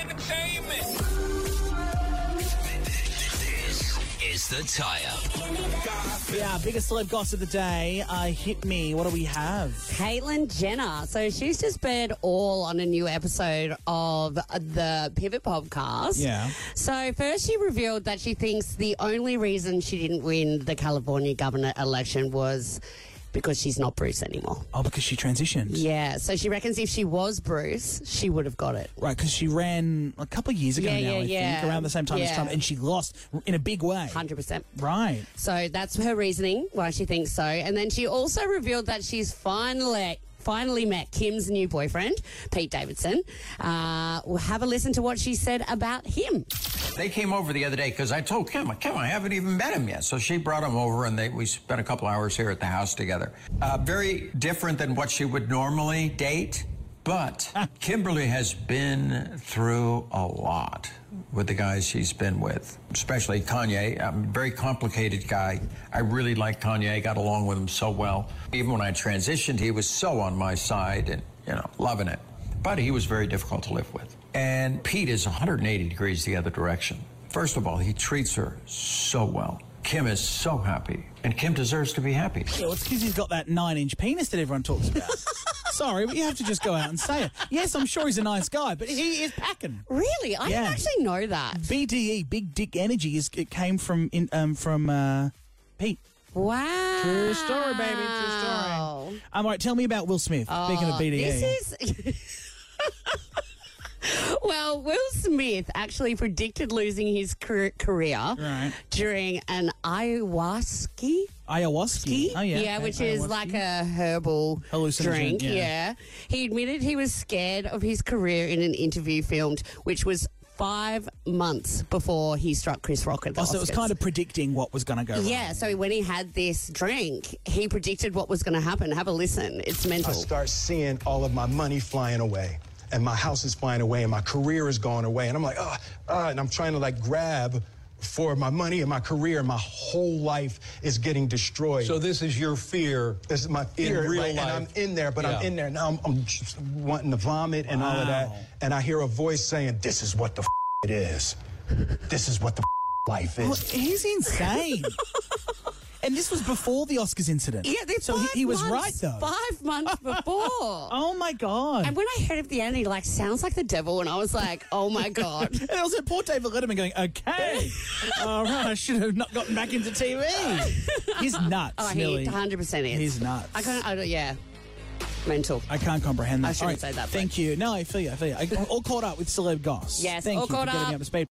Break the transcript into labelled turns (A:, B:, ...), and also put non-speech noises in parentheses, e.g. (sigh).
A: entertainment.
B: This is the tie up.
C: Yeah, biggest celeb gossip of the day. Uh, hit me. What do we have?
D: Caitlyn Jenner. So she's just been all on a new episode of the Pivot podcast.
C: Yeah.
D: So first she revealed that she thinks the only reason she didn't win the California governor election was because she's not Bruce anymore.
C: Oh, because she transitioned.
D: Yeah. So she reckons if she was Bruce, she would have got it.
C: Right, because she ran a couple of years ago
D: Yeah,
C: now,
D: yeah,
C: I
D: yeah.
C: think, around the same time as
D: Yeah.
C: Trump, and she lost in a big way.
D: 100%.
C: Right.
D: So that's her reasoning why she thinks so. And then she also revealed that she's finally. Finally met Kim's new boyfriend, Pete Davidson. Uh, we'll have a listen to what she said about him.
E: They came over the other day because I told Kim, Kim, I haven't even met him yet. So she brought him over and they, we spent a couple hours here at the house together. Uh, very different than what she would normally date, but Kimberly has been through a lot with the guys she's been with, especially Kanye. I'm a very complicated guy. I really like Kanye. I got along with him so well. Even when I transitioned, he was so on my side and, you know, loving it. But he was very difficult to live with. And Pete is 180 degrees the other direction. First of all, he treats her so well. Kim is so happy, and Kim deserves to be happy.
C: Yeah, well, it's because he's got that nine inch penis that everyone talks (laughs) about. Sorry, but you have to just go out and say it. Yes, I'm sure he's a nice guy, but he is packing.
D: Really? I
C: Yeah.
D: didn't actually know that.
C: BDE, big dick energy, is it came from in, um, from uh, Pete.
D: Wow.
C: True story, baby. True story. Um, all right, tell me about Will Smith. speaking of E. BDE,
D: This is. (laughs) well, Will Smith actually predicted losing his car- career
C: Right.
D: during an ayahuasca
C: ayahuasca. Oh yeah, okay,
D: which is
C: ayahuasca.
D: like a herbal
C: Hallucinogen,
D: drink.
C: yeah.
D: Yeah. he admitted he was scared of his career in an interview filmed, which was five months before he struck Chris Rock at the
C: Oh, so it was
D: Oscars.
C: kind of predicting what was going to go wrong.
D: yeah, so when he had this drink, he predicted what was going to happen. Have a listen. It's
F: I
D: mental.
C: Oh,
F: start seeing all of my money flying away, and my house is flying away, and my career is going away, and I'm like, ah, ah, and I'm trying to like grab for my money and my career, and my whole life is getting destroyed.
G: So this is your fear.
F: this is my fear,
G: real
F: right? and I'm
G: life.
F: in there, but I'm
G: Yeah.
F: in there, and now I'm, I'm just wanting to vomit and all of that,
C: Wow.
F: and I hear a voice saying, "This is what the f- it is. This is what the f- life is."
C: Well, he's insane. (laughs) and this was before the Oscars incident.
D: yeah, they're
C: so he,
D: five
C: he was right
D: months-
C: though. (laughs)
D: Five months before.
C: Oh my god!
D: And when I heard of the end, he like sounds like the devil, and I was like, "Oh my god!"
C: (laughs) And I was at Port David Letterman going,
D: (laughs)
C: okay, all right, I should have not gotten back into TV.
D: (laughs)
C: He's nuts,
D: Oh,
C: Millie.
D: he 100 percent is.
C: He's nuts.
D: I can't. I don't, yeah, mental.
C: I can't comprehend that.
D: I shouldn't
C: All right,
D: say that, but-
C: Thank you. No, I feel you. I feel you. I, all caught up with celeb goss.
D: Yes,
C: Thank
D: all
C: you for
D: caught
C: getting
D: up.
C: me up to speed.